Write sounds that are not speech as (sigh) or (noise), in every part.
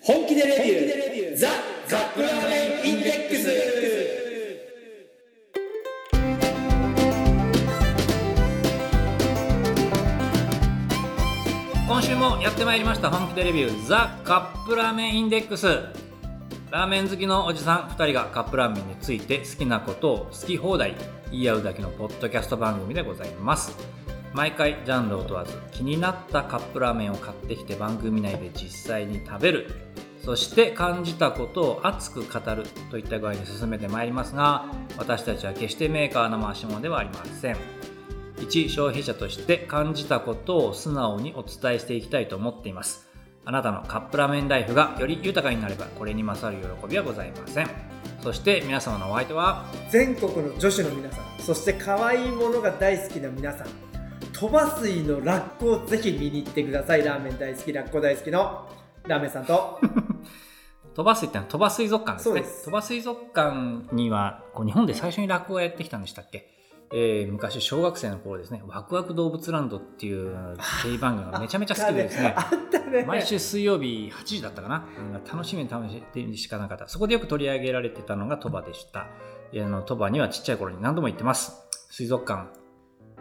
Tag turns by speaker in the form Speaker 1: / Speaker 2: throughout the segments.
Speaker 1: 本気でレビューザ・カップラーメンインデックス
Speaker 2: 今週もやってまいりました本気でレビューザ・カップラーメンインデックスラーメン好きのおじさん2人がカップラーメンについて好きなことを好き放題言い合うだけのポッドキャスト番組でございます毎回ジャンルを問わず気になったカップラーメンを買ってきて番組内で実際に食べるそして感じたことを熱く語るといった具合に進めてまいりますが私たちは決してメーカーの回し者ではありません一消費者として感じたことを素直にお伝えしていきたいと思っていますあなたのカップラーメンライフがより豊かになればこれに勝る喜びはございませんそして皆様のお相手は
Speaker 3: 全国の女子の皆さんそして可愛いものが大好きな皆さん鳥羽水のラッコをぜひ見に行ってくださいラーメン大好きラッコ大好きのラーメンさんと
Speaker 2: 鳥羽水ってのは鳥羽水族館ですね
Speaker 3: そうです
Speaker 2: 鳥羽水族館にはこう日本で最初に落語をやってきたんでしたっけ、えー昔小学生の頃ですね「ワクワク動物ランド」っていうテレビ番組がめちゃめちゃ好きで
Speaker 3: (laughs)
Speaker 2: ですね
Speaker 3: あったね
Speaker 2: 毎週水曜日8時だったかな、うん楽しみに楽しみでしかなかったそこでよく取り上げられてたのが鳥羽でしたいやあの鳥羽にはちっちゃい頃に何度も行ってます水族館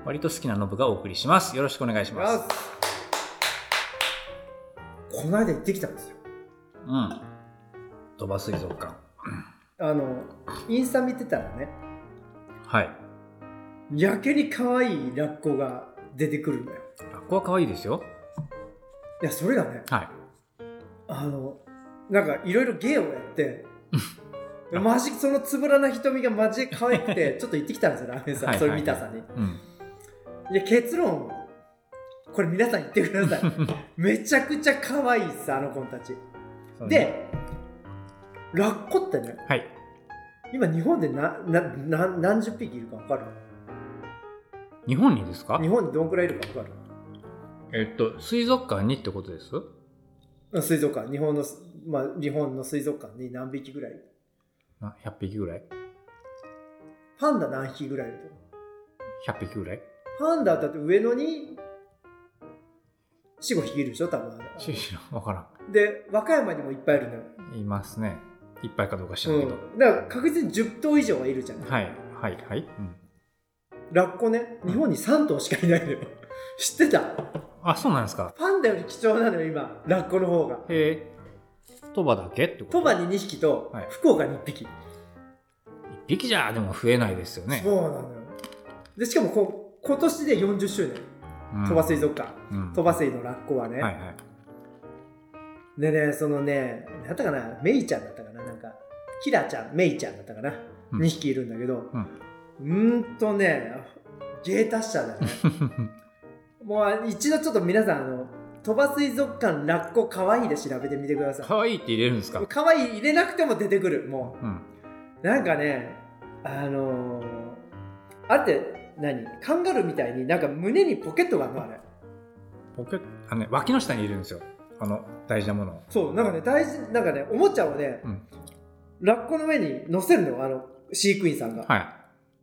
Speaker 2: 割と好きなノブがお送りしますよろしくお願いしま
Speaker 3: ます
Speaker 2: す
Speaker 3: この間行ってきたんですよ
Speaker 2: うん鳥羽水族館
Speaker 3: あのインスタ見てたらね
Speaker 2: はい
Speaker 3: やけに可愛いラッコが出てくるんだよ
Speaker 2: ラッコは可愛いですよ
Speaker 3: いやそれがね
Speaker 2: はい
Speaker 3: あのなんかいろいろ芸を
Speaker 2: (laughs)
Speaker 3: やってマジそのつぶらな瞳がマジで可愛くてちょっと行ってきたんですよラーメンさん、
Speaker 2: はい
Speaker 3: それ見たさに
Speaker 2: うん
Speaker 3: いや結論これ皆さん言ってくださいめちゃくちゃ可愛いっすあの子たち
Speaker 2: そうね
Speaker 3: でラッコってね
Speaker 2: はい
Speaker 3: 今日本でななな何十匹いるか分かる
Speaker 2: 日本にですか
Speaker 3: 日本にどんくらいいるか分かる
Speaker 2: えっと水族館にってことです
Speaker 3: うん水族館日本の、まあ、日本の水族館に何匹ぐらい
Speaker 2: な100匹ぐらい
Speaker 3: パンダ何匹ぐらいいると思う
Speaker 2: 100匹ぐらい
Speaker 3: パンダだって上野に45匹いるでしょ多分
Speaker 2: 知らんわから
Speaker 3: で和歌山にもいっぱいいるのよ、
Speaker 2: んいますねいっぱいかどうか知らんけど、
Speaker 3: うん、だから確実に10頭以上はいるじゃん、
Speaker 2: はいはいはい、うん、
Speaker 3: ラッコね日本に3頭しかいないのよ (laughs) 知ってた
Speaker 2: あそうなんですか
Speaker 3: パンダより貴重なのよ今ラッコの方が
Speaker 2: へえ鳥羽だけってこと
Speaker 3: 鳥羽に2匹と
Speaker 2: はい
Speaker 3: 福岡に1匹、
Speaker 2: 1匹じゃでも増えないですよね
Speaker 3: そうなのよでしかもこ今年で40周年
Speaker 2: うん
Speaker 3: 鳥羽水族館
Speaker 2: うん
Speaker 3: 鳥羽水のラッコはね、
Speaker 2: はいはい (laughs)
Speaker 3: でねそのね何だったかなメイちゃんだったかななんかキラちゃんメイちゃんだったかな、
Speaker 2: うん
Speaker 3: 2匹いるんだけど
Speaker 2: うん
Speaker 3: うんーんとね芸達者
Speaker 2: (laughs)
Speaker 3: だねもう一度ちょっと皆さんあの鳥羽水族館ラッコかわいいで調べてみてくださ
Speaker 2: 可愛いって入れるんですか
Speaker 3: いかわいい入れなくても出てくるも
Speaker 2: うん
Speaker 3: うなんかねあのー、あれって何カンガルーみたいになんか胸にポケットがあるのあれ
Speaker 2: ポケあのね脇の下に入れるんですよあの大事なものを
Speaker 3: そうなんかね大事なんかねおもちゃをね、
Speaker 2: うん
Speaker 3: ラッコの上に乗せるのあの飼育員さんが、
Speaker 2: はい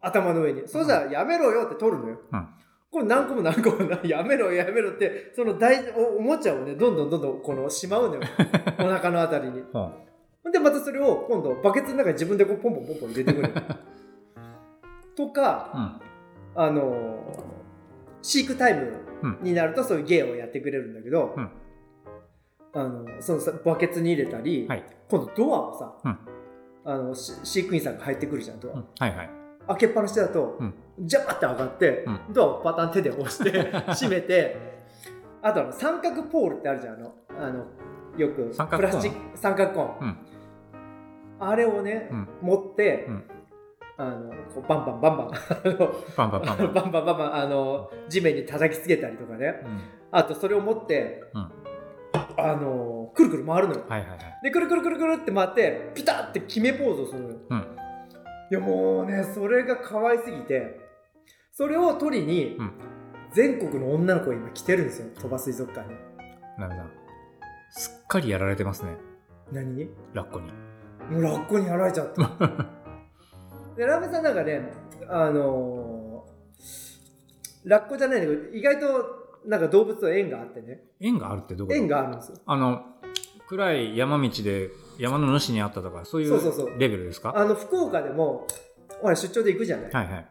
Speaker 3: 頭の上にそうしたら「やめろよ」って取るのよ、
Speaker 2: うん
Speaker 3: これ何個も何個もな (laughs) やめろやめろってその大事おおもちゃをねどんどんどんどんこのしま
Speaker 2: (laughs)
Speaker 3: うのよお腹のあたりに
Speaker 2: ほう
Speaker 3: でまたそれを今度バケツの中に自分でこうポンポンポンポン入れて
Speaker 2: (laughs)
Speaker 3: くるとか、
Speaker 2: うん
Speaker 3: あのー飼育タイムになるとそういう芸をやってくれるんだけど、
Speaker 2: うん
Speaker 3: あのそのさバケツに入れたり、
Speaker 2: はい
Speaker 3: 今度ドアをさ、
Speaker 2: うん
Speaker 3: あのし飼育員さんが入ってくるじゃんドア、
Speaker 2: うんはいはい
Speaker 3: 開けっぱなしだと、
Speaker 2: うん
Speaker 3: ジャバって上がって、
Speaker 2: う
Speaker 3: ドアをパタン手で押して
Speaker 2: (laughs)
Speaker 3: 閉めてあとあの三角ポールってあるじゃんあのあのよく
Speaker 2: 三角コーン
Speaker 3: プラスチック三角コーン、
Speaker 2: うん
Speaker 3: あれをね、
Speaker 2: うん
Speaker 3: 持って、
Speaker 2: うん
Speaker 3: あのこうバンバンバンバンあの
Speaker 2: パンパンパンパ (laughs)
Speaker 3: バン
Speaker 2: ン
Speaker 3: バンバンバンあの地面に叩きつけたりとかね
Speaker 2: うん
Speaker 3: あとそれを持って、
Speaker 2: うん
Speaker 3: あのくるくる回るのよ
Speaker 2: はいはいはい
Speaker 3: でくるくるくるくるって回ってピタッて決めポーズをするのよ
Speaker 2: うん
Speaker 3: いやもうねそれが可愛すぎてそれを取りに、
Speaker 2: うん
Speaker 3: 全国の女の子が今来てるんですよ鳥羽水族館に
Speaker 2: なるほどすっかりやられてますね
Speaker 3: 何に
Speaker 2: ラッコに
Speaker 3: もうラッコにやられちゃ
Speaker 2: (laughs)
Speaker 3: ったでラーメンさんなんかねあのーラッコじゃないんだけど意外となんか動物と縁があってね
Speaker 2: 縁があるってどこ
Speaker 3: 縁があるんですよ
Speaker 2: あの暗い山道で山の主に会ったとかそうい
Speaker 3: そうそうそう
Speaker 2: うレベルですか
Speaker 3: あの福岡でも俺出張で行くじゃない、
Speaker 2: はいはい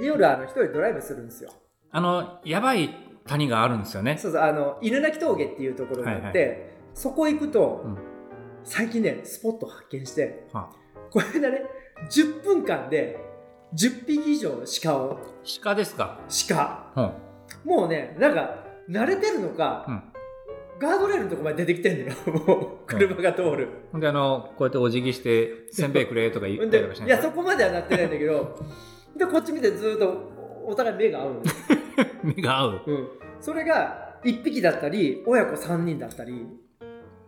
Speaker 3: で夜あの一人ドライブするんですよ
Speaker 2: あのやばい谷があるんですよね
Speaker 3: そうそうあの犬鳴峠っていうところがあって、そこ行くと、
Speaker 2: うん
Speaker 3: 最近ねスポット発見して、
Speaker 2: は
Speaker 3: これだね10分間で10匹以上の鹿を
Speaker 2: 鹿ですか
Speaker 3: 鹿
Speaker 2: うん
Speaker 3: もうねなんか慣れてるのか、
Speaker 2: うん
Speaker 3: ガードレールのとこまで出てきてんだよ (laughs) もう車が通る、
Speaker 2: ほんであのこうやってお辞儀して「せんべいくれ」とか言
Speaker 3: ほん
Speaker 2: ったり
Speaker 3: (laughs)
Speaker 2: と
Speaker 3: で
Speaker 2: かしない
Speaker 3: いやそこまではなってないんだけどでこっち見てずーっとお互い目が合うのね、
Speaker 2: 目が合う
Speaker 3: うん、それが1匹だったり親子3人だったり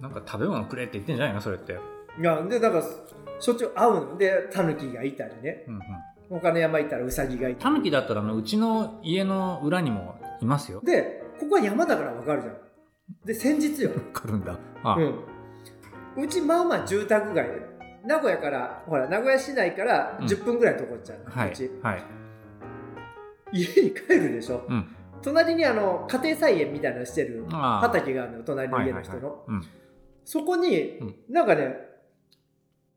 Speaker 2: なんか食べ物くれって言ってんじゃないのそれって
Speaker 3: いやでなんかしょっちゅう会うのでタヌキがいたりね
Speaker 2: うんうん
Speaker 3: 他の山行ったらウサギがいた
Speaker 2: タ
Speaker 3: り
Speaker 2: ヌキだったらあのうちの家の裏にもいますよ
Speaker 3: でここは山だからわかるじゃんで先日よ、
Speaker 2: 来るんだあ、
Speaker 3: うん、うちまあまあ住宅街名古屋からほら名古屋市内から
Speaker 2: うん
Speaker 3: 10分ぐらいのとこじゃん、
Speaker 2: はいう
Speaker 3: ち
Speaker 2: はい
Speaker 3: 家に帰るでしょ、
Speaker 2: うん
Speaker 3: 隣にあの家庭菜園みたいなのしてる
Speaker 2: あー
Speaker 3: 畑があるのよ隣の
Speaker 2: はい
Speaker 3: 家
Speaker 2: は
Speaker 3: の
Speaker 2: い
Speaker 3: 人
Speaker 2: は
Speaker 3: の、
Speaker 2: いうん
Speaker 3: そこに
Speaker 2: うん
Speaker 3: なんかね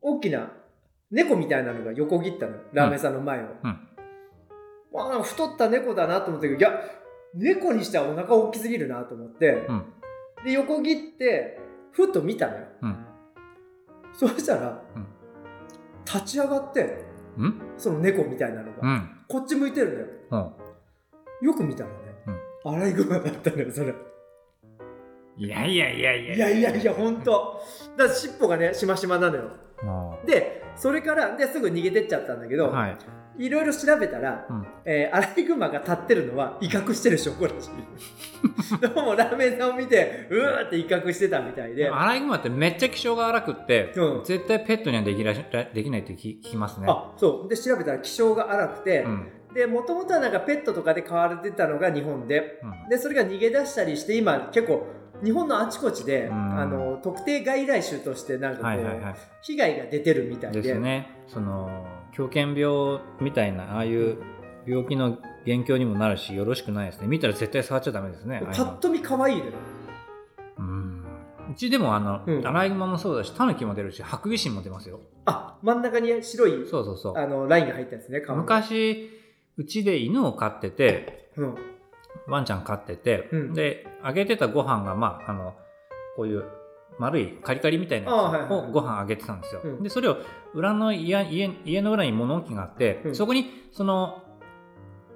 Speaker 3: 大きな猫みたいなのが横切ったのラーメンさんの前を、
Speaker 2: うん
Speaker 3: まあ太った猫だなと思ったけどいや猫にしてはお腹大きすぎるなと思って、
Speaker 2: うん
Speaker 3: で横切ってふっと見たのよ、
Speaker 2: うん
Speaker 3: そしたら、
Speaker 2: うん
Speaker 3: 立ち上がって
Speaker 2: うん
Speaker 3: その猫みたいなのが、
Speaker 2: うん
Speaker 3: こっち向いてるのよ
Speaker 2: うん
Speaker 3: よく見たらね、アライグマだったのよそれ
Speaker 2: いやいやいやいや
Speaker 3: いやいやいや本当だから尻尾がねしましまなのよ
Speaker 2: も
Speaker 3: でそれからですぐ逃げてっちゃったんだけ
Speaker 2: う
Speaker 3: ど、
Speaker 2: はい
Speaker 3: いろいろ調べたら、
Speaker 2: うん
Speaker 3: えーアライグマが立ってるのは威嚇してる証拠らし
Speaker 2: (laughs)
Speaker 3: いどうもラーメンさんを見てうーって威嚇してたみたいで
Speaker 2: でもアライグマってめっちゃ気性が荒くって、
Speaker 3: うん
Speaker 2: 絶対ペットにはできらしできないって聞聞きますね
Speaker 3: あそうで調べたら気性が荒くて
Speaker 2: う、ん
Speaker 3: でもともとはなんかペットとかで飼われてたのが日本で
Speaker 2: うん
Speaker 3: でそれが逃げ出したりして今結構日本のあちこちで、
Speaker 2: うん
Speaker 3: あの特定外来種としてなんかこう、
Speaker 2: はいはいはい
Speaker 3: 被害が出てるみたいで
Speaker 2: ですねその狂犬病みたいなああいう病気の元凶にもなるしよろしくないですね見たら絶対触っちゃダメですね
Speaker 3: パ
Speaker 2: ああいうの
Speaker 3: ッと見可愛いのよ
Speaker 2: うんうちでもあの、
Speaker 3: うん
Speaker 2: アライグマもそうだしタヌキも出るしハクビシンも出ますよ
Speaker 3: あ真ん中に白い
Speaker 2: そうそうそ
Speaker 3: あ
Speaker 2: う
Speaker 3: のラインが入ったやつね顔の
Speaker 2: 昔うちで犬を飼ってて
Speaker 3: うん
Speaker 2: ワンちゃん飼ってて、
Speaker 3: うん
Speaker 2: であげてたご飯がまああのこういう丸いカリカリみたいな
Speaker 3: あはい
Speaker 2: や
Speaker 3: はい
Speaker 2: つ
Speaker 3: はい
Speaker 2: をご飯あげてたんですよ、
Speaker 3: うん
Speaker 2: でそれを裏の家家家の裏に物置があって、
Speaker 3: うん
Speaker 2: そこにその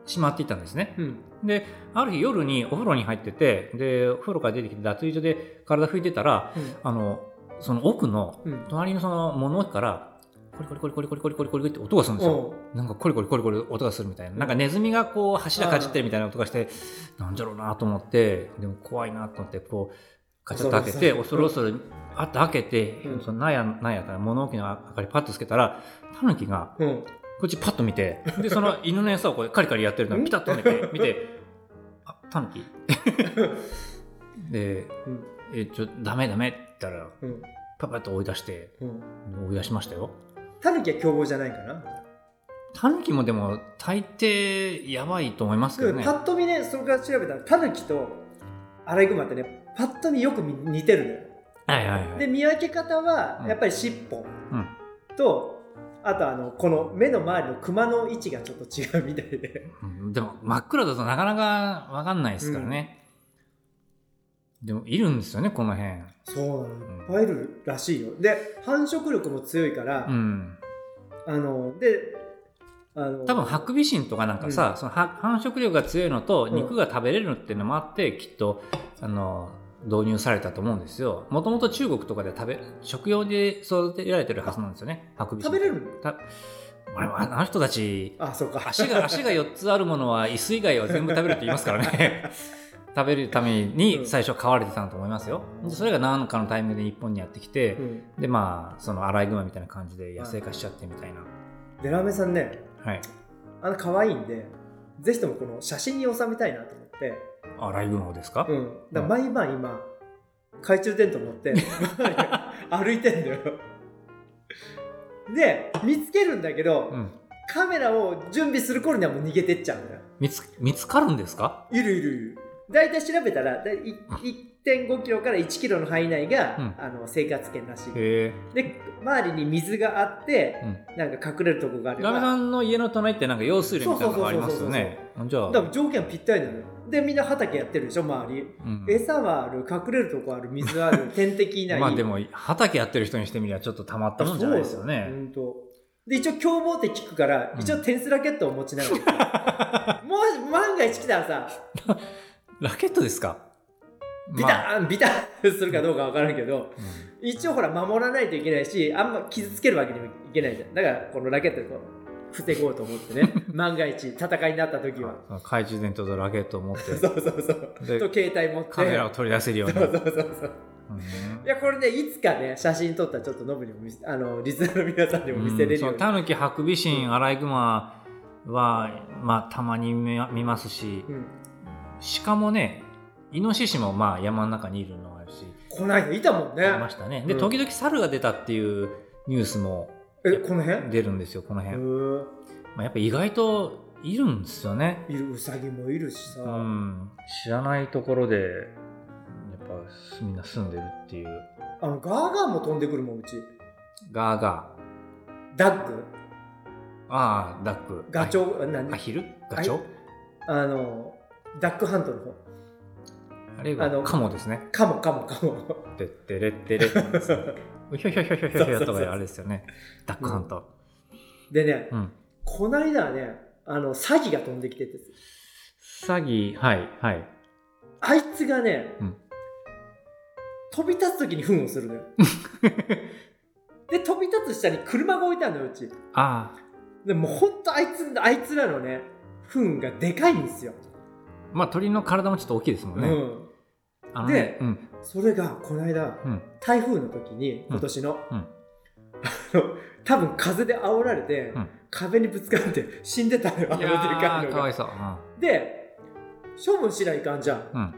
Speaker 2: しまっていったんですね、
Speaker 3: うん
Speaker 2: である日夜にお風呂に入っててでお風呂から出てきて脱衣所で体拭いてたらあのその奥の
Speaker 3: うんうん
Speaker 2: 隣のその物置からコリコリコリコリコリコリコリコリって音がするんですよ。
Speaker 3: うん
Speaker 2: なんかコリコリコリコリ音がするみたいな。
Speaker 3: ん
Speaker 2: なんかネズミがこう柱かじってるみたいな音がして、なんじゃろうなと思って、でも怖いなと思って、こう、ガチャッと開けて、恐
Speaker 3: 恐
Speaker 2: る
Speaker 3: る
Speaker 2: 恐る、あっと開けて
Speaker 3: うん、
Speaker 2: そのなんや、なんやったら物置の明かりパッとつけたら、タヌキが
Speaker 3: うん
Speaker 2: こっちパッと見て、で、その犬の餌をこうカリカリやってるのを
Speaker 3: うん
Speaker 2: ピタッと見て、見て、あ、タヌ
Speaker 3: (laughs)
Speaker 2: キで、
Speaker 3: うん
Speaker 2: え、ちょ、ダメダメって言ったら、
Speaker 3: うん
Speaker 2: パパッと追い出して、
Speaker 3: うん
Speaker 2: 追い出しましたよ
Speaker 3: タヌキは凶暴じゃないかな
Speaker 2: タヌキもでも大抵やばいと思いますけどね
Speaker 3: パッと見ねそれから調べたらタヌキとアライグマってねパッと見よく見似てるのよ
Speaker 2: はいはいは
Speaker 3: で
Speaker 2: い
Speaker 3: 見分け方は
Speaker 2: うん
Speaker 3: やっぱり尻尾
Speaker 2: うん
Speaker 3: と、あとあのこの目の周りのクマの位置がちょっと違うみたいで
Speaker 2: うんでも真っ暗だとなかなか分かんないですからね、でもいるんですよねこの辺
Speaker 3: そうなのいっぱいいるらしいよで繁殖力も強いから、
Speaker 2: うん
Speaker 3: あのであの
Speaker 2: 多分ハクビシンとかなんかさ、そのは繁殖力が強いのと
Speaker 3: うん
Speaker 2: 肉が食べれるっていうのもあって、きっとあの導入されたと思うんですよもともと中国とかで食べ食用で育てられてるはずなんですよねハクビシン
Speaker 3: 食べれるの
Speaker 2: た俺もあの人たち
Speaker 3: あそうか
Speaker 2: 足が足が4つあるものは椅子以外は全部食べるって言いますからね食べるために最初飼われてたんだと思いますよでそれが何かのタイミングで日本にやってきて
Speaker 3: うん
Speaker 2: でまあそのアライグマみたいな感じで野生化しちゃってみたいな
Speaker 3: デラメさんね
Speaker 2: はい
Speaker 3: あの可愛いんでぜひともこの写真に収めたいなと思って
Speaker 2: アライグマをですか、
Speaker 3: うん、だから毎晩今懐中電灯持って (laughs) 歩いてんだよで見つけるんだけど、
Speaker 2: うん
Speaker 3: カメラを準備する頃にはもう逃げてっちゃうんだよ
Speaker 2: 見つ見つかるんですか
Speaker 3: いるいるいる大体調べたらだいい1 5キロから1キロの範囲内が、
Speaker 2: うん
Speaker 3: あの生活圏らしい
Speaker 2: へ
Speaker 3: で周りに水があって
Speaker 2: え、うん、
Speaker 3: なんか隠れるとこがあれば
Speaker 2: ラメさんの家の隣ってなんか用水路みたいなのがありますよねじゃあ、
Speaker 3: だから条件ぴったりなのよでみんな畑やってるでしょ周り
Speaker 2: うん
Speaker 3: 餌はある隠れるとこある
Speaker 2: (laughs)
Speaker 3: 水ある天敵いない
Speaker 2: まあでも畑やってる人にしてみりゃちょっとたまったもんじゃないですよね
Speaker 3: 本当で一応凶暴って聞くから、
Speaker 2: うん
Speaker 3: 一応テニスラケットを持ちなが
Speaker 2: (laughs)
Speaker 3: らもう万が一来たらさ
Speaker 2: ラケットですか
Speaker 3: ビタ
Speaker 2: まあ
Speaker 3: ーン、ビターンするかどうかわからんけど
Speaker 2: うん
Speaker 3: 一応ほら守らないといけないしあんま傷つけるわけにもいけないじゃんだからこのラケットでこう防ごうと思っ
Speaker 2: (laughs)
Speaker 3: てね万が一戦いになった時は
Speaker 2: その懐中電灯とラケットを持っ
Speaker 3: そう
Speaker 2: て
Speaker 3: そうそう
Speaker 2: で
Speaker 3: と携帯持って
Speaker 2: カメラを取り出せるように
Speaker 3: そうそうそうそう
Speaker 2: うん
Speaker 3: いやこれねいつかね写真撮ったらちょっとノブにも見せあのリスナーの皆さんにも見せれるように、
Speaker 2: タヌキハクビシンアライグマは、まあ、たまに見見ますし
Speaker 3: うん
Speaker 2: 鹿もねイノシシもまあ山の中にいるのがあるし
Speaker 3: こないだいたもんね
Speaker 2: いましたねで
Speaker 3: うん
Speaker 2: 時々猿が出たっていうニュースも
Speaker 3: えこの辺
Speaker 2: 出るんですよこの
Speaker 3: う
Speaker 2: 辺、ま
Speaker 3: ー
Speaker 2: あ、やっぱ意外といるんですよね
Speaker 3: いるウサギもいるしさ、
Speaker 2: うん知らないところでやっぱみんな住んでるっていう
Speaker 3: あのガーガーも飛んでくるもんうち
Speaker 2: ガーガ
Speaker 3: ダッグ
Speaker 2: ーああダック
Speaker 3: ガチョウ、なん
Speaker 2: ア
Speaker 3: で
Speaker 2: ヒルガチョウ
Speaker 3: あのダックハントの方
Speaker 2: あれ
Speaker 3: あ
Speaker 2: が
Speaker 3: の
Speaker 2: カモですね
Speaker 3: カモカモカモ
Speaker 2: てってれってれってやつひょひょひょひょひょひょとかあれですよねダックハント、
Speaker 3: でね、
Speaker 2: うん、
Speaker 3: こないだはねあのサギが飛んできてて
Speaker 2: 詐欺はいはい
Speaker 3: あいつがね、
Speaker 2: うん
Speaker 3: 飛び立つ時に糞をする
Speaker 2: (laughs)
Speaker 3: のよで飛び立つ下に車が置いてあるのようち
Speaker 2: ああ
Speaker 3: でもうほんとあいつあいつらのね糞がでかいんですよ、
Speaker 2: まあ鳥の体もちょっと大きいですもん
Speaker 3: う
Speaker 2: ね、
Speaker 3: ん
Speaker 2: あのね
Speaker 3: で
Speaker 2: うん
Speaker 3: それがこの間
Speaker 2: うん
Speaker 3: 台風の時に今年の、
Speaker 2: うん
Speaker 3: あの多分風で煽られて、
Speaker 2: うん
Speaker 3: 壁にぶつかって死んでたのよあ
Speaker 2: い
Speaker 3: ので
Speaker 2: や
Speaker 3: かい
Speaker 2: ー
Speaker 3: の
Speaker 2: かわい
Speaker 3: が
Speaker 2: そう、
Speaker 3: で処分しないかんじゃん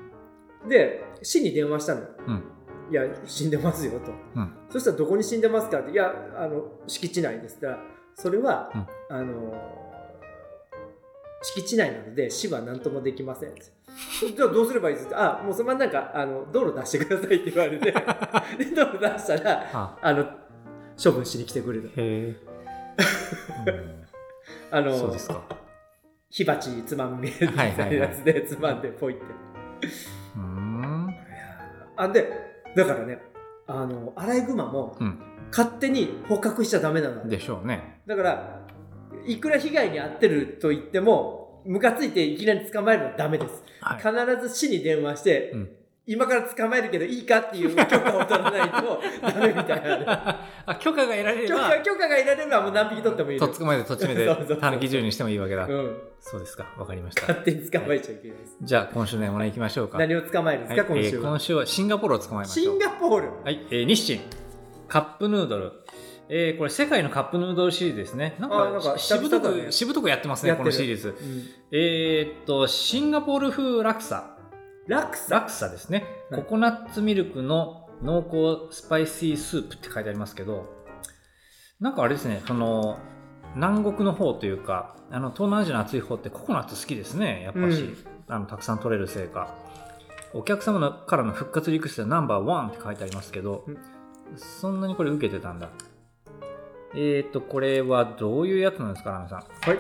Speaker 2: うん
Speaker 3: で市に電話したの
Speaker 2: うん
Speaker 3: いや死んでますよと、
Speaker 2: うん
Speaker 3: そしたらどこに死んでますかっていやあの敷地内ですって言ったらそれは、あの敷地内なので市は何ともできませんってじゃあどうすればいいですかあもうそのままなんかあの道路出してくださいって言わ
Speaker 2: (laughs)
Speaker 3: れてで道路出したら
Speaker 2: あ
Speaker 3: あの処分しに来てくれ
Speaker 2: へえ、
Speaker 3: たあ
Speaker 2: うんそう
Speaker 3: の
Speaker 2: ですか
Speaker 3: 火鉢つまみみたいなやつでつまんでポイって
Speaker 2: うーん
Speaker 3: あでだからねあのアライグマも
Speaker 2: うん
Speaker 3: 勝手に捕獲しちゃダメなの
Speaker 2: でしょうね
Speaker 3: だからいくら被害に遭ってると言ってもムカついていきなり捕まえるのはダメです、
Speaker 2: はい
Speaker 3: 必ず市に電話して、
Speaker 2: うん
Speaker 3: 今から捕まえるけどいいかっていう許可を取らない
Speaker 2: (laughs)
Speaker 3: とダメみたいな、
Speaker 2: あ許可が得られれ
Speaker 3: 許
Speaker 2: ば
Speaker 3: 可許可がいられればもう何匹取ってもいい
Speaker 2: と
Speaker 3: の
Speaker 2: っつくまでとっちめ
Speaker 3: そうそうそ
Speaker 2: で
Speaker 3: う
Speaker 2: たぬき銃にしてもいいわけだ
Speaker 3: うん、
Speaker 2: そうですかわかりました
Speaker 3: 勝手に捕まえちゃいけないです、
Speaker 2: じゃあ今週の獲物いきましょうか
Speaker 3: 何を捕まえるんですか、
Speaker 2: はい
Speaker 3: 今週
Speaker 2: えー
Speaker 3: は、
Speaker 2: 今週はシンガポールを捕まえまし
Speaker 3: シ
Speaker 2: ょう
Speaker 3: ンガポール
Speaker 2: はい、えー日清カップヌードル、えーこれ世界のカップヌードルシリーズですねなんか
Speaker 3: あーなんか
Speaker 2: ししぶと
Speaker 3: 久々だ
Speaker 2: く
Speaker 3: ね
Speaker 2: しぶとくやってますね
Speaker 3: やっ
Speaker 2: この
Speaker 3: てる
Speaker 2: シリーズえーっとシンガポール風ラクサ
Speaker 3: ラクサ
Speaker 2: ラクサですね、
Speaker 3: はい
Speaker 2: ココナッツミルクの濃厚スパイシースープって書いてありますけどなんかあれですねその南国の方というかあの東南アジアの暑い方ってココナッツ好きですねやっぱし、
Speaker 3: うん
Speaker 2: あのたくさん取れるせいかお客様のからの復活リクエストナンバーワンって書いてありますけど、
Speaker 3: うん
Speaker 2: そんなにこれ受けてたんだえー、っとこれはどういうやつなんですかラメさん
Speaker 3: はい、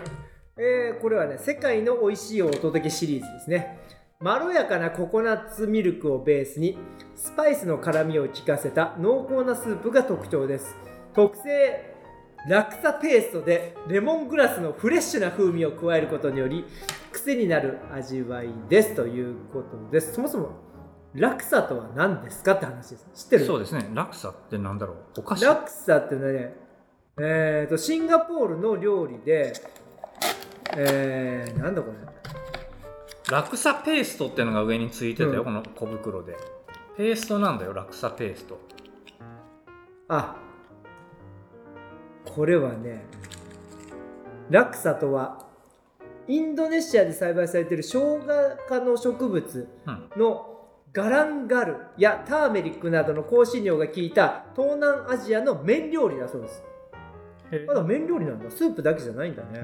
Speaker 3: えーこれはね世界の美味しいをお届けシリーズですねまろやかなココナッツミルクをベースにスパイスの辛みを効かせた濃厚なスープが特徴です特製ラクサペーストでレモングラスのフレッシュな風味を加えることにより癖になる味わいですということですそもそもラクサとは何ですかって話です知ってる
Speaker 2: そうですねラクサってなんだろうお菓子
Speaker 3: ラクサってのはね、えー、とシンガポールの料理で、えー、なんだこれ
Speaker 2: ラクサペーストってのが上についてたよ、
Speaker 3: うん
Speaker 2: この小袋でペーストなんだよラクサペースト
Speaker 3: あこれはねラクサとはインドネシアで栽培されている生姜科の植物
Speaker 2: うん
Speaker 3: のガランガルやターメリックなどの香辛料が効いた東南アジアの麺料理だそうですまだ麺料理なんだスープだけじゃないんだね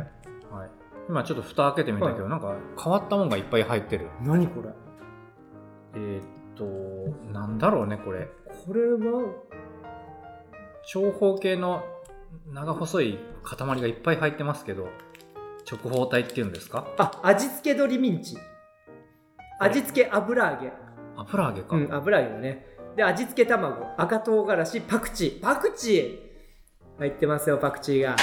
Speaker 2: はい、今ちょっと蓋開けてみたけど、
Speaker 3: は
Speaker 2: なんか変わったもんがいっぱい入ってる
Speaker 3: 何これ
Speaker 2: えーっとなんだろうねこれ
Speaker 3: これは
Speaker 2: 長方形の長細い塊がいっぱい入ってますけど直方体っていうんですか
Speaker 3: あ味付け鶏ミンチ味付け油揚げ
Speaker 2: 油揚げか、
Speaker 3: うん油揚げだねで味付け卵赤唐辛子パクチーパクチー入ってますよパクチーが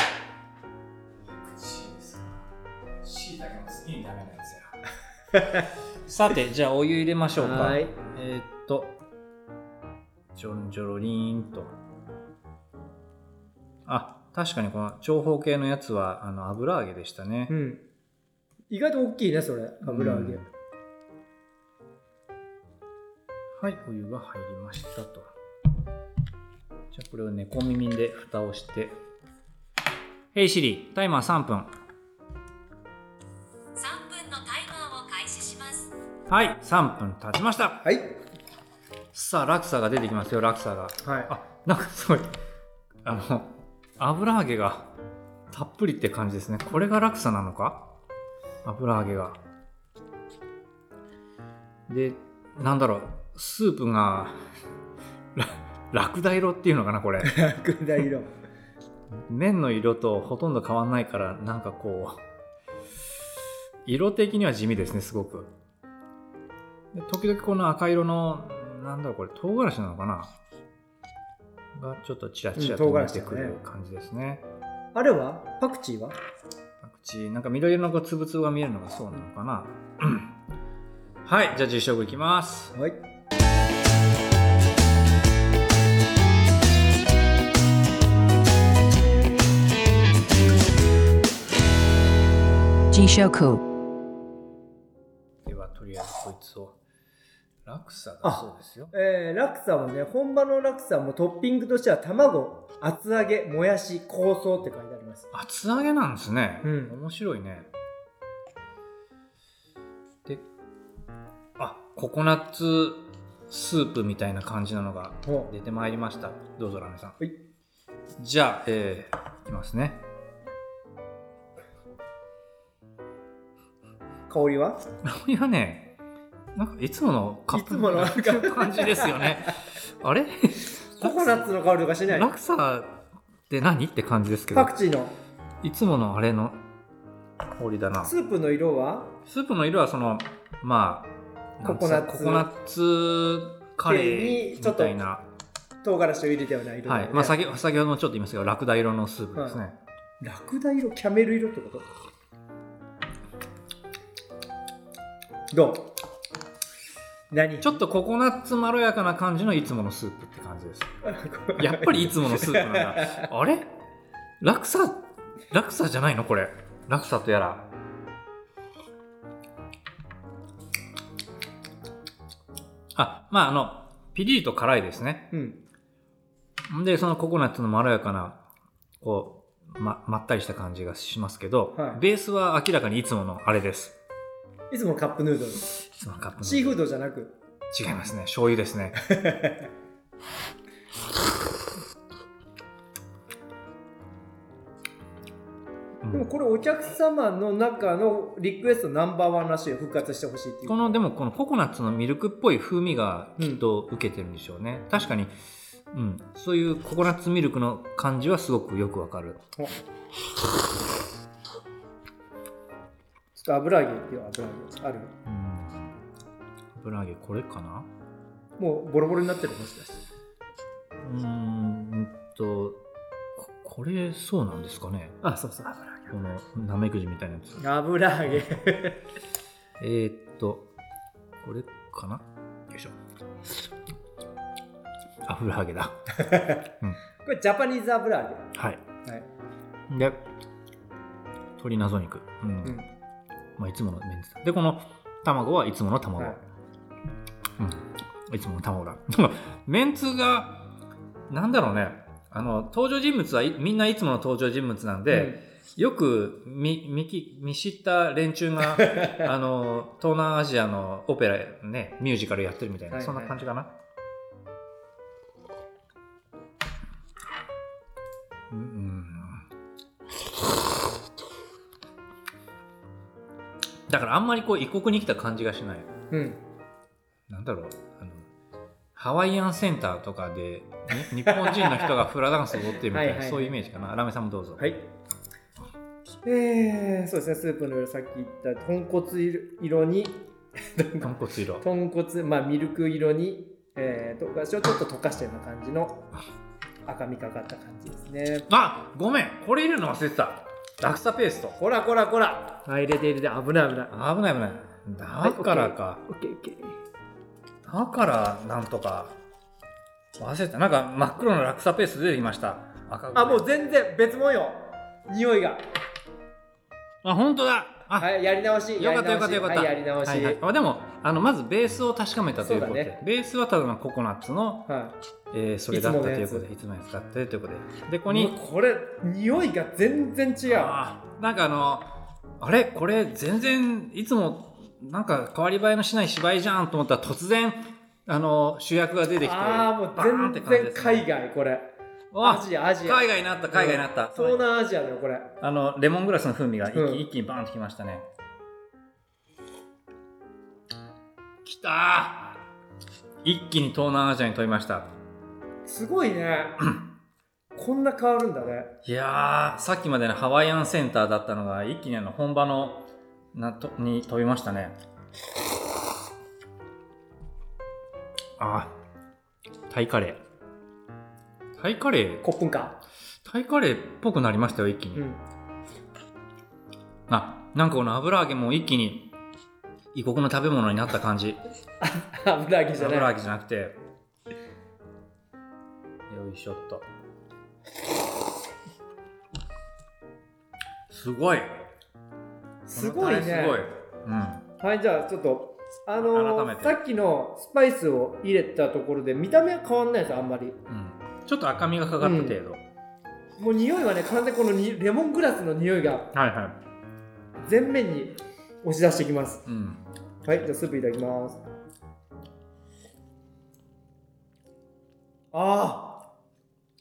Speaker 2: しいたけも好きにダメなんですよさてじゃあお湯入れましょうか
Speaker 3: はい
Speaker 2: えーっとジョンジョロリーンとあ確かにこの長方形のやつはあの油揚げでしたね、
Speaker 3: うん意外と大きいねそれ油揚げ、
Speaker 2: うんはいお湯が入りましたとじゃあこれを猫耳で蓋をして「ヘイシリタイマー3分
Speaker 4: 3分のタイマーを開始します」
Speaker 2: はい3分経ちました
Speaker 3: はい
Speaker 2: さあ落差が出てきますよ落差が
Speaker 3: はい
Speaker 2: あなんかすごいあの油揚げがたっぷりって感じですねこれが落差なのか油揚げがでなんだろうスープがら落第色っていうのかなこれ
Speaker 3: 白大色
Speaker 2: 麺の色とほとんど変わんないからなんかこう色的には地味ですねすごくで時々この赤色のなんだろうこれ唐辛子なのかながちょっとチラチラ
Speaker 3: う
Speaker 2: と
Speaker 3: ん唐辛
Speaker 2: 出て
Speaker 3: 子
Speaker 2: く
Speaker 3: だね
Speaker 2: る感じですね,、
Speaker 3: あれはパクチーは
Speaker 2: パクチーなんか緑色のこう粒々が見えるのがそうなのかなはいじゃあ実食いきます
Speaker 3: はい
Speaker 2: ではとりあえずこいつを落差だ
Speaker 3: あ
Speaker 2: そうですよ
Speaker 3: えー、ラクサはね本場のラクサもトッピングとしては卵厚揚げもやし香草って書いてあります
Speaker 2: 厚揚げなんですね、
Speaker 3: うん
Speaker 2: 面白いねであココナッツスープみたいな感じなのが
Speaker 3: ほう
Speaker 2: 出てまいりましたどうぞラメさん
Speaker 3: はい
Speaker 2: じゃあえー、いきますね
Speaker 3: 香りは
Speaker 2: これはねなんかいつものカップ
Speaker 3: いつもの
Speaker 2: ラクの感じですよ
Speaker 3: (laughs)
Speaker 2: ねあれ
Speaker 3: ココナッツの香りとかしない
Speaker 2: 落差って何って感じですけ
Speaker 3: パ
Speaker 2: ど
Speaker 3: クチーの
Speaker 2: いつものあれの香りだな
Speaker 3: スープの色は
Speaker 2: スープの色はそのまあなんつうの
Speaker 3: コ
Speaker 2: コ
Speaker 3: コ
Speaker 2: コ
Speaker 3: ナ
Speaker 2: ナッツカレーみたいな、
Speaker 3: 唐辛子を入れたような色だ
Speaker 2: は
Speaker 3: よね
Speaker 2: いまあ、先先ほどもちょっと言いましたけどラクダ色のスープですね、
Speaker 3: ラクダ色キャメル色ってことどう何
Speaker 2: ちょっとココナッツまろやかな感じのいつものスープって感
Speaker 3: (laughs)
Speaker 2: じですやっぱりいつものスープなんだあれラクサラクサじゃないのこれラクサとやらあまああのピリリと辛いですね
Speaker 3: うん
Speaker 2: で、そのココナッツのまろやかな、こう、ま、まったりした感じがしますけど、
Speaker 3: はい
Speaker 2: ベースは明らかにいつものあれです。
Speaker 3: いつものカップヌードル
Speaker 2: いつものカップの。
Speaker 3: シーフードじゃなく
Speaker 2: 違いますね。醤油
Speaker 3: (laughs)
Speaker 2: ですね。うん
Speaker 3: でもこれお客様の中のリクエストナンバーワンらしいよ復活してほしいっていう
Speaker 2: このでもこのココナッツのミルクっぽい風味がきっと受けてるんでしょうね、確かに、うん、そういうココナッツミルクの感じはすごくよくわかる
Speaker 3: ちょっと油揚げっていう油揚げある
Speaker 2: うん油揚げこれかな
Speaker 3: もうボロボロになってるもしかして
Speaker 2: うーんとここれそうなんですかね
Speaker 3: あそうそう
Speaker 2: このナメクジみたいなやつ
Speaker 3: 油揚げ
Speaker 2: えー、っとこれかなよいしょ油揚げだ
Speaker 3: これジャパニーズ油揚
Speaker 2: はい、
Speaker 3: げはい、
Speaker 2: で鶏謎肉うん、
Speaker 3: うん
Speaker 2: まあ、いつものメンツでこの卵はいつもの卵、
Speaker 3: はい
Speaker 2: うん、いつもの卵だでもメンツがなんだろうねあの登場人物はいみんないつもの登場人物なんで、よく見見き見知った連中
Speaker 3: (laughs)
Speaker 2: があの東南アジアのオペラ、ね、ミュージカルやってるみたいな、
Speaker 3: はいはい
Speaker 2: そんな感じかな。うんうんだからあんまりこう異国に来た感じがしない。
Speaker 3: うん、うん
Speaker 2: なんだろうあのハワイアンセンターとかでに日本人の人がフラダンス踊ってるみたいな
Speaker 3: (laughs) はいはい
Speaker 2: そういうイメージかなラメさんもどうぞ、
Speaker 3: はい。えー、そうですね、スープの色、さっき言った豚骨色に、
Speaker 2: 豚骨色
Speaker 3: 豚骨、まあ、ミルク色に、えー、とがしをちょっと溶かしたような感じの赤みかかった感じですね。
Speaker 2: あごめんこれ入れるの忘れてたダクサペースト
Speaker 3: こらこらこらあ、入れて入れて、危ない危ない。
Speaker 2: 危ない危ないだからか
Speaker 3: オッケーオッケー。
Speaker 2: だからなんとか忘れてたなんか真っ黒のラクサペースト出てきました赤
Speaker 3: あ、もう全然別物よ。匂いが。
Speaker 2: あ本当だあ、
Speaker 3: はい、やり直し。
Speaker 2: よかったよかったよかった、
Speaker 3: やり直し。は、
Speaker 2: はいい
Speaker 3: や
Speaker 2: は
Speaker 3: り
Speaker 2: い
Speaker 3: 直し。
Speaker 2: あでもあのまずベースを確かめたということで、
Speaker 3: そうだね
Speaker 2: ベースはただのココナッツの、
Speaker 3: はい
Speaker 2: えーそれだったということで
Speaker 3: い
Speaker 2: いつも使ってるということででここに
Speaker 3: もうこれ、匂いが全然違う。
Speaker 2: あーなんかあのあれこれ全然いつもなんか変わり映えのしない芝居じゃんと思ったら突然あの主役が出てきて
Speaker 3: ああ、も
Speaker 2: バーンっ
Speaker 3: う
Speaker 2: て
Speaker 3: 全
Speaker 2: 感じ
Speaker 3: 然
Speaker 2: です、
Speaker 3: 海
Speaker 2: ね、
Speaker 3: 外、これ。
Speaker 2: わ
Speaker 3: アジア、アジア。
Speaker 2: 海外になった海外になった、
Speaker 3: 東南アジアだよ、これ。
Speaker 2: あのレモングラスの風味が一気,、
Speaker 3: うん
Speaker 2: 一気にバーンときましたねきたー一気に東南アジアに飛びました
Speaker 3: すごい
Speaker 2: (clears throat)
Speaker 3: ね。こんな変わるんだね。
Speaker 2: いやーさっきまでのハワイアンセンターだったのが一気にあの本場のなとに飛びましたねあータイカレータイカレー
Speaker 3: コップンか。
Speaker 2: タイカレーっぽくなりましたよ一気に、
Speaker 3: うん。 (laughs)
Speaker 2: あなんかこの油揚げも一気に異国の食べ物になった感じ
Speaker 3: 油揚げじゃ
Speaker 2: 油
Speaker 3: な
Speaker 2: 揚
Speaker 3: い。
Speaker 2: げじゃなくてよいしょっとすごい
Speaker 3: すごい
Speaker 2: このタレ
Speaker 3: ね
Speaker 2: す。ごい、うん、
Speaker 3: はい、じゃあちょっと、あの
Speaker 2: 改め
Speaker 3: ー、
Speaker 2: て
Speaker 3: さっきのスパイスを入れたところで、見た目は変わんないですよ、あんまり。
Speaker 2: うん、ちょっと赤みがかかった程度、はい
Speaker 3: もう匂いはね、完全にこのにレモングラスの匂いが
Speaker 2: はい、
Speaker 3: 全面に押し出してきます。
Speaker 2: うん、
Speaker 3: はい、じゃあスープいただきます。ああ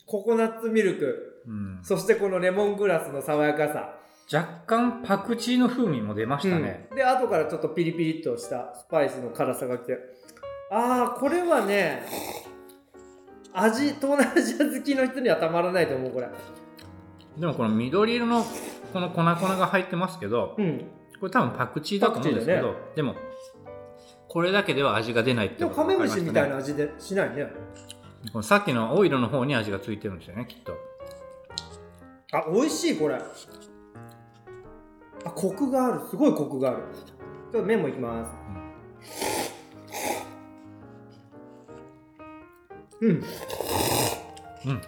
Speaker 3: ココナッツミルク。
Speaker 2: うん、
Speaker 3: そしてこのレモングラスの爽やかさ。
Speaker 2: 若干パクチーの風味も出ましたね、
Speaker 3: うんで後からちょっとピリピリっとしたスパイスの辛さがきてああこれはね味東南アジア好きの人にはたまらないと思うこれ
Speaker 2: でもこの緑色のこの粉々が入ってますけど
Speaker 3: うん
Speaker 2: これ多分パクチーだと思うんですけ
Speaker 3: パ
Speaker 2: ど、
Speaker 3: ク
Speaker 2: でもこれだけでは味が出ないって
Speaker 3: で
Speaker 2: こ
Speaker 3: も
Speaker 2: と
Speaker 3: カメム
Speaker 2: 分か
Speaker 3: シ
Speaker 2: りまし
Speaker 3: み
Speaker 2: た
Speaker 3: い
Speaker 2: ね
Speaker 3: な味でしないね
Speaker 2: このさっきの青色の方に味がついてるんですよねきっと
Speaker 3: あ美味しいこれあコクがあるすごいコクがあるちょっと麺もいきますうん、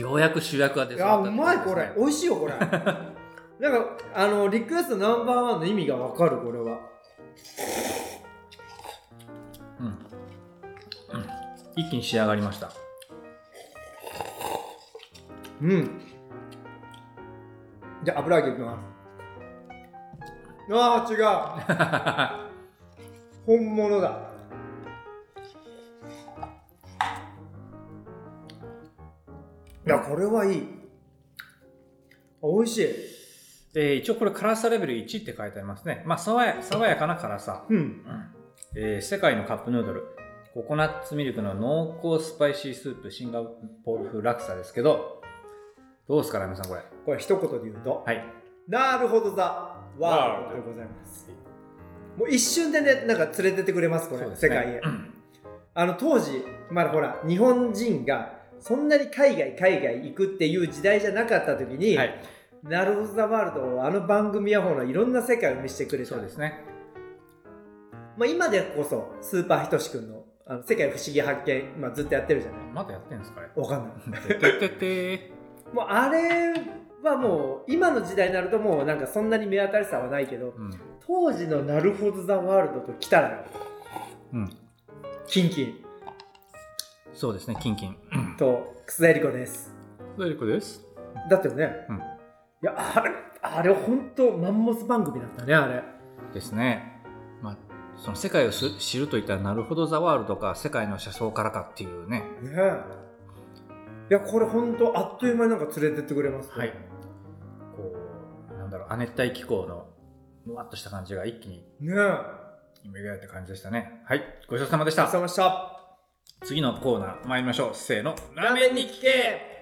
Speaker 2: ようやく主役が出
Speaker 3: い
Speaker 2: そうだ
Speaker 3: や
Speaker 2: っ
Speaker 3: う
Speaker 2: た
Speaker 3: まい
Speaker 2: って
Speaker 3: こと
Speaker 2: で
Speaker 3: れ
Speaker 2: すね
Speaker 3: 美味しいよ
Speaker 2: (laughs)
Speaker 3: これなんかあのリクエストナンバーワンの意味がわかるこれは
Speaker 2: うん、うん、一気に仕上がりました
Speaker 3: うん。じゃあ油揚げいきます。ああ、違う。
Speaker 2: (laughs)
Speaker 3: 本物だ。いや、これはいい。あ美味しい。
Speaker 2: えー一応これ辛さレベル1って書いてありますね。まあ爽や爽やかな辛さ、
Speaker 3: うん。
Speaker 2: えー世界のカップヌードル。ココナッツミルクの濃厚スパイシースープシンガポール風ラクサですけど、どうですか、ラミさんこれ。
Speaker 3: これ一言で言うと、
Speaker 2: はい。
Speaker 3: なるほどだ。わ
Speaker 2: わ
Speaker 3: ー
Speaker 2: ー
Speaker 3: でございます。もう一瞬でね、なんか連れてってくれます、これ、
Speaker 2: そうです
Speaker 3: 世
Speaker 2: ね
Speaker 3: 界へ。あの当時まだほら日本人がそんなに海外海外行くっていう時代じゃなかった時に「
Speaker 2: はい。
Speaker 3: なるほどザワールドをあの番組はほらいろんな世界を見せてくれた
Speaker 2: そうですね。
Speaker 3: まあ、今でこそスーパーひとしくんの「あの世界不思議発見」今ずっとやってるじゃない
Speaker 2: まだやってんですか、あれ。
Speaker 3: わかんない
Speaker 2: てってってて
Speaker 3: もうあれはもう今の時代になるともうなんかそんなに目当たりさはないけど
Speaker 2: うん。
Speaker 3: 当時の「なるほどザワールドと来たらよ
Speaker 2: うん。
Speaker 3: キンキン
Speaker 2: そうですね、キンキン。
Speaker 3: と楠田絵理子です
Speaker 2: どういうことです
Speaker 3: だってね、
Speaker 2: うん
Speaker 3: いやあれあれ本当マンモス番組だったねあれ
Speaker 2: ですね。まあ、その世界をす知るといったら、なるほどザワールドか、世界の車窓からかっていうね。
Speaker 3: ねえいやこれ本当あっという間になんか連れてってくれますね
Speaker 2: はい、こうなんだろう亜熱帯気候のむわっとした感じが一気に
Speaker 3: ねえ
Speaker 2: 蘇った感じでしたねはいごちそうさまでし
Speaker 3: お疲れ
Speaker 2: た
Speaker 3: 様でした
Speaker 2: 次のコーナー参りましょうせーのラーメンに聞け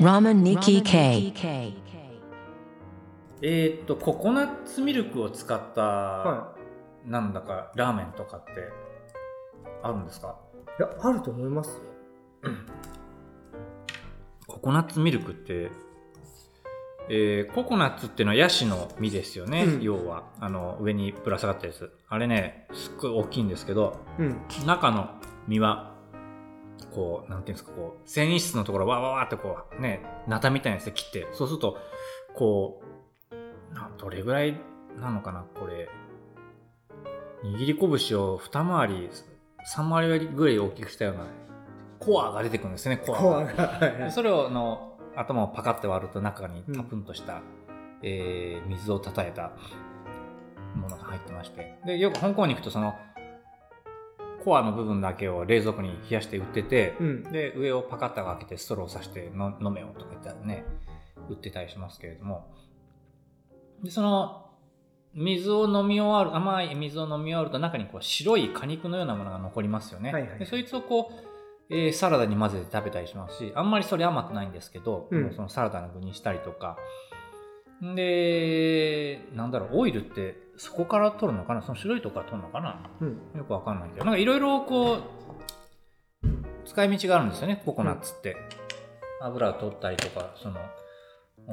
Speaker 5: ラーメンに聞け
Speaker 6: Nikki K.
Speaker 2: えーっとココナッツミルクを使った、
Speaker 3: は
Speaker 2: なんだかラーメンとかってあるんですか
Speaker 3: いいやあると思いますよ
Speaker 2: ココナッツミルクって、えーココナッツっていうのはヤシの実ですよね、
Speaker 3: うん
Speaker 2: 要はあの上にぶら下がったやつあれねすっごい大きいんですけど
Speaker 3: うん
Speaker 2: 中の実はこうなんていうんですかこう繊維質のところをわわわってこうねナタみたいなやつで切ってそうするとこうなどれぐらいなのかなこれ握り拳を二回り三回りぐらい大きくしたようなコアが出てくるんですねコアが
Speaker 3: コアがはいはい
Speaker 2: それをあの頭をパカって割ると中にタプンとした、えー水をたたえたものが入ってましてでよく香港に行くとそのコアの部分だけを冷蔵庫に冷やして売ってて、
Speaker 3: うん
Speaker 2: で上をパカッと開けてストローさしての飲めよとか言ったらね売ってたりしますけれどもでその水を飲み終わる甘い水を飲み終わると中にこう白い果肉のようなものが残りますよね、
Speaker 3: はいはい
Speaker 2: でそいつをこう、えーサラダに混ぜて食べたりしますしあんまりそれ甘くないんですけど、
Speaker 3: うん
Speaker 2: そのサラダの具にしたりとかでなんだろうオイルってそこから取るのかなその白いとこから取るのかな
Speaker 3: うん
Speaker 2: よくわかんないけどなんかいろいろこう使い道があるんですよねココナッツって、油を取ったりとかその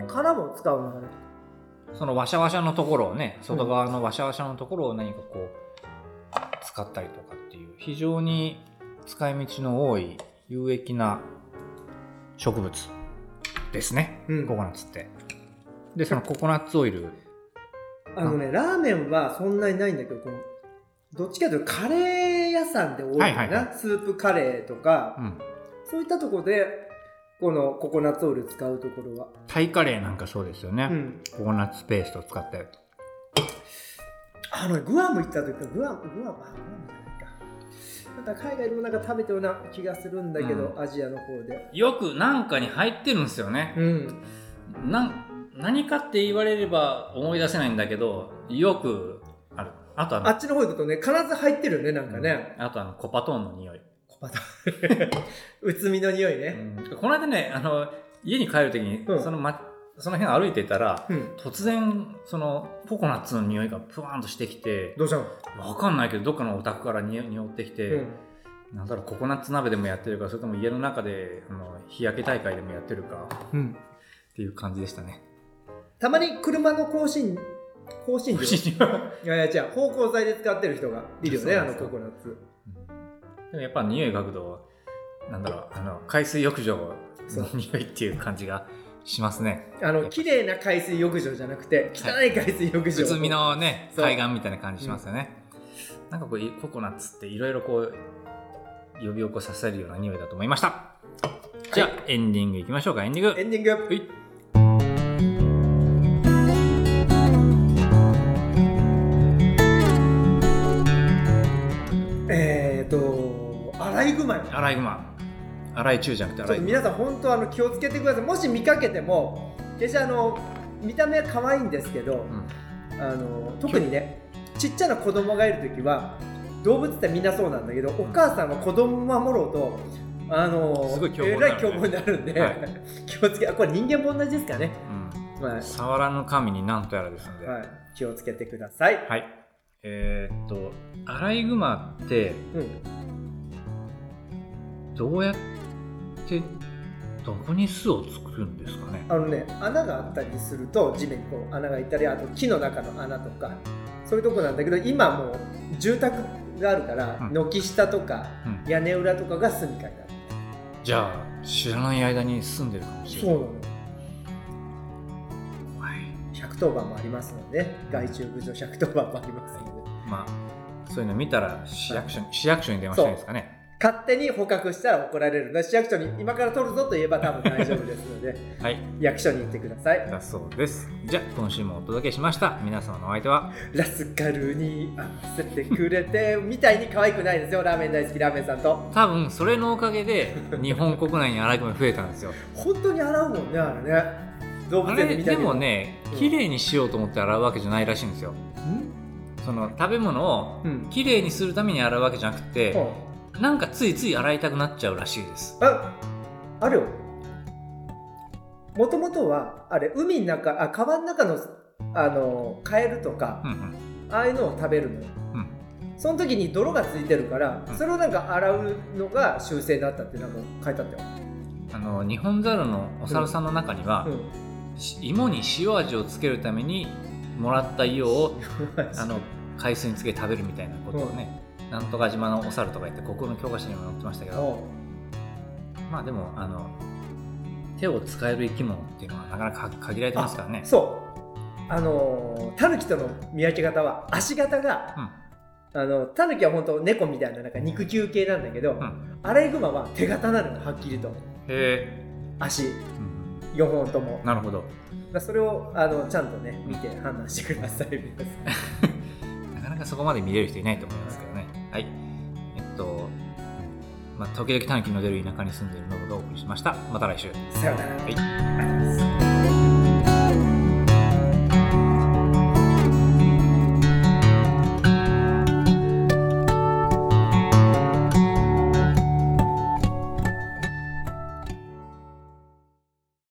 Speaker 3: 殻も使うのかな
Speaker 2: そのワシャワシャのところをね外側のワシャワシャのところを何かこう使ったりとかっていう非常に使い道の多い有益な植物ですね、
Speaker 3: うん
Speaker 2: ココナッツってでそのココナッツオイル
Speaker 3: あのね、ラーメンはそんなにないんだけど、このどっちかというとカレー屋さんで多いかな、
Speaker 2: はいはいは
Speaker 3: スープカレーとか、
Speaker 2: うん
Speaker 3: そういったとこで、このココナッツオイル使うところは。
Speaker 2: タイカレーなんかそうですよね、
Speaker 3: うん。
Speaker 2: ココナッツペーストを使って
Speaker 3: あのね、グアム行った時か、グアム、グアム、あ、グアムじゃないか。なんか海外でもなんか食べたような気がするんだけど、
Speaker 2: うん
Speaker 3: アジアの方で。
Speaker 2: よくなんかに入ってるんですよね、
Speaker 3: うん。
Speaker 2: なん何かって言われれば思い出せないんだけどよくあるあとあの
Speaker 3: あっちの方行くとね、必ず入ってるよね、なんかね。
Speaker 2: うんあとあのコパトーンの匂い、
Speaker 3: コパタ。うつみの匂いね。
Speaker 2: この間ねあの家に帰る時に、
Speaker 3: うん
Speaker 2: そのま、その辺歩いてたら
Speaker 3: うん。
Speaker 2: 突然そのココナッツの匂いがプワーンとしてきて
Speaker 3: どうしたの
Speaker 2: わかんないけどどっかのお宅からに匂ってきて、
Speaker 3: うん。
Speaker 2: なんだろうココナッツ鍋でもやってるかそれとも家の中であの日焼け大会でもやってるか
Speaker 3: うん。
Speaker 2: っていう感じでしたね。
Speaker 3: たまに車の更新、更新料。いやいや、じゃあ、芳香剤で使ってる人がいるよね、
Speaker 2: そうな
Speaker 3: あ
Speaker 2: ん
Speaker 3: の
Speaker 2: です
Speaker 3: コ
Speaker 2: よ
Speaker 3: コナッツ。
Speaker 2: でもやっぱ匂い嗅ぐとなんだろうあの海水浴場の匂いっていう感じがしますね
Speaker 3: あの、綺麗な海水浴場じゃなくて、汚い海水浴場。
Speaker 2: 靴見のね
Speaker 3: そう
Speaker 2: 海岸みたいな感じしますよね、なんかこういココナッツっていろいろこう呼び起こさせるような匂いだと思いました、じゃあエンディングいきましょうかエンディング
Speaker 3: エンディング。
Speaker 2: はい
Speaker 3: えーと、アライグマに。
Speaker 2: アライグマアライチュウじゃなくてア
Speaker 3: ちょ
Speaker 2: ライ
Speaker 3: っと
Speaker 2: グ
Speaker 3: 皆さん本当あの気をつけてくださいもし見かけても決してあの見た目は可愛いんですけど、
Speaker 2: ん
Speaker 3: あの特にねちっちゃな子供がいる時は動物ってみんなそうなんだけど、お母さんは子供を守ろうとあの
Speaker 2: すごい凶暴
Speaker 3: え
Speaker 2: になる
Speaker 3: らい凶暴になるんで、
Speaker 2: はい
Speaker 3: (laughs) 気をつけあこれ人間も同じですかね、
Speaker 2: マ、
Speaker 3: は
Speaker 2: うん、
Speaker 3: い
Speaker 2: 触らぬ神になんとやらですのでは、
Speaker 3: はいい、気をつけてください、
Speaker 2: えーっとアライグマって
Speaker 3: うん、
Speaker 2: どうやってどこに巣を作るんですかね
Speaker 3: あのね穴があったりすると地面にこう穴が開いたりあと木の中の穴とかそういうとこなんだけど今もう住宅があるから、
Speaker 2: うん
Speaker 3: 軒下とか、
Speaker 2: う
Speaker 3: 屋根裏とかが住みかになる
Speaker 2: じゃあ知らない間に住んでるかもしれ
Speaker 3: そう
Speaker 2: ない
Speaker 3: なの110番もありますので害虫駆除110番もありますので
Speaker 2: まあそういうの見たら市役所に市役所に電話したいですかね
Speaker 3: 勝手に捕獲したら怒られるので市役所に今から取るぞと言えば多分大丈夫ですので (laughs)
Speaker 2: はい
Speaker 3: 役所に行ってください
Speaker 2: だそうですじゃあ今週もお届けしました皆様のお相手は
Speaker 3: ラスカルに合わせてくれてみたいに可愛くないですよラーメン大好きラーメンさんと。
Speaker 2: 多分それのおかげで日本国内にアライグマ増えたんですよ
Speaker 3: 本当に洗うもんねあれね動
Speaker 2: あ
Speaker 3: 物園で
Speaker 2: れ
Speaker 3: (laughs) 見た
Speaker 2: で
Speaker 3: けど
Speaker 2: もね
Speaker 3: うん
Speaker 2: 綺麗にしようと思って洗うわけじゃないらしいんですよ
Speaker 3: ん
Speaker 2: その食べ物を
Speaker 3: うん
Speaker 2: 綺麗にするために洗うわけじゃなくて
Speaker 3: は
Speaker 2: なんかついつい洗いたくなっちゃうらしいです
Speaker 3: ああるよもともとはあれ海の中あ川の中のあのカエルとか
Speaker 2: うん、うん
Speaker 3: ああいうのを食べるのよ、
Speaker 2: うん
Speaker 3: その時に泥がついてるから
Speaker 2: うん
Speaker 3: それをなんか洗うのが修正だったってなんか書いてあったよ、
Speaker 2: あの日本ザルのお猿さんの中には、
Speaker 3: う
Speaker 2: し芋に塩味をつけるためにもらった硫黄を
Speaker 3: ん、
Speaker 2: (laughs)
Speaker 3: (laughs)
Speaker 2: あの海水につけて食べるみたいなことをね、なんとか島のお猿とか言って国語の教科書にも載ってましたけど、
Speaker 3: おう
Speaker 2: まあでもあの手を使える生き物っていうのはなかなか限られてますからね。
Speaker 3: そうあのタヌキとの見分け方は足型があのタヌキは本当猫みたいななんか肉球系なんだけど、
Speaker 2: ん
Speaker 3: アライグマは手型なのよはっきりと
Speaker 2: へえ、
Speaker 3: 足
Speaker 2: うん
Speaker 3: 4本とも
Speaker 2: なるほど。
Speaker 3: まあそれをあのちゃんとね見て判断してください皆さん
Speaker 2: なかなかそこまで見れる人いないと思いますけどね。はい。えっと、まあ、時々狸の出る田舎に住んでいるノブがお送りしました。また来週。
Speaker 3: さよなら
Speaker 2: はい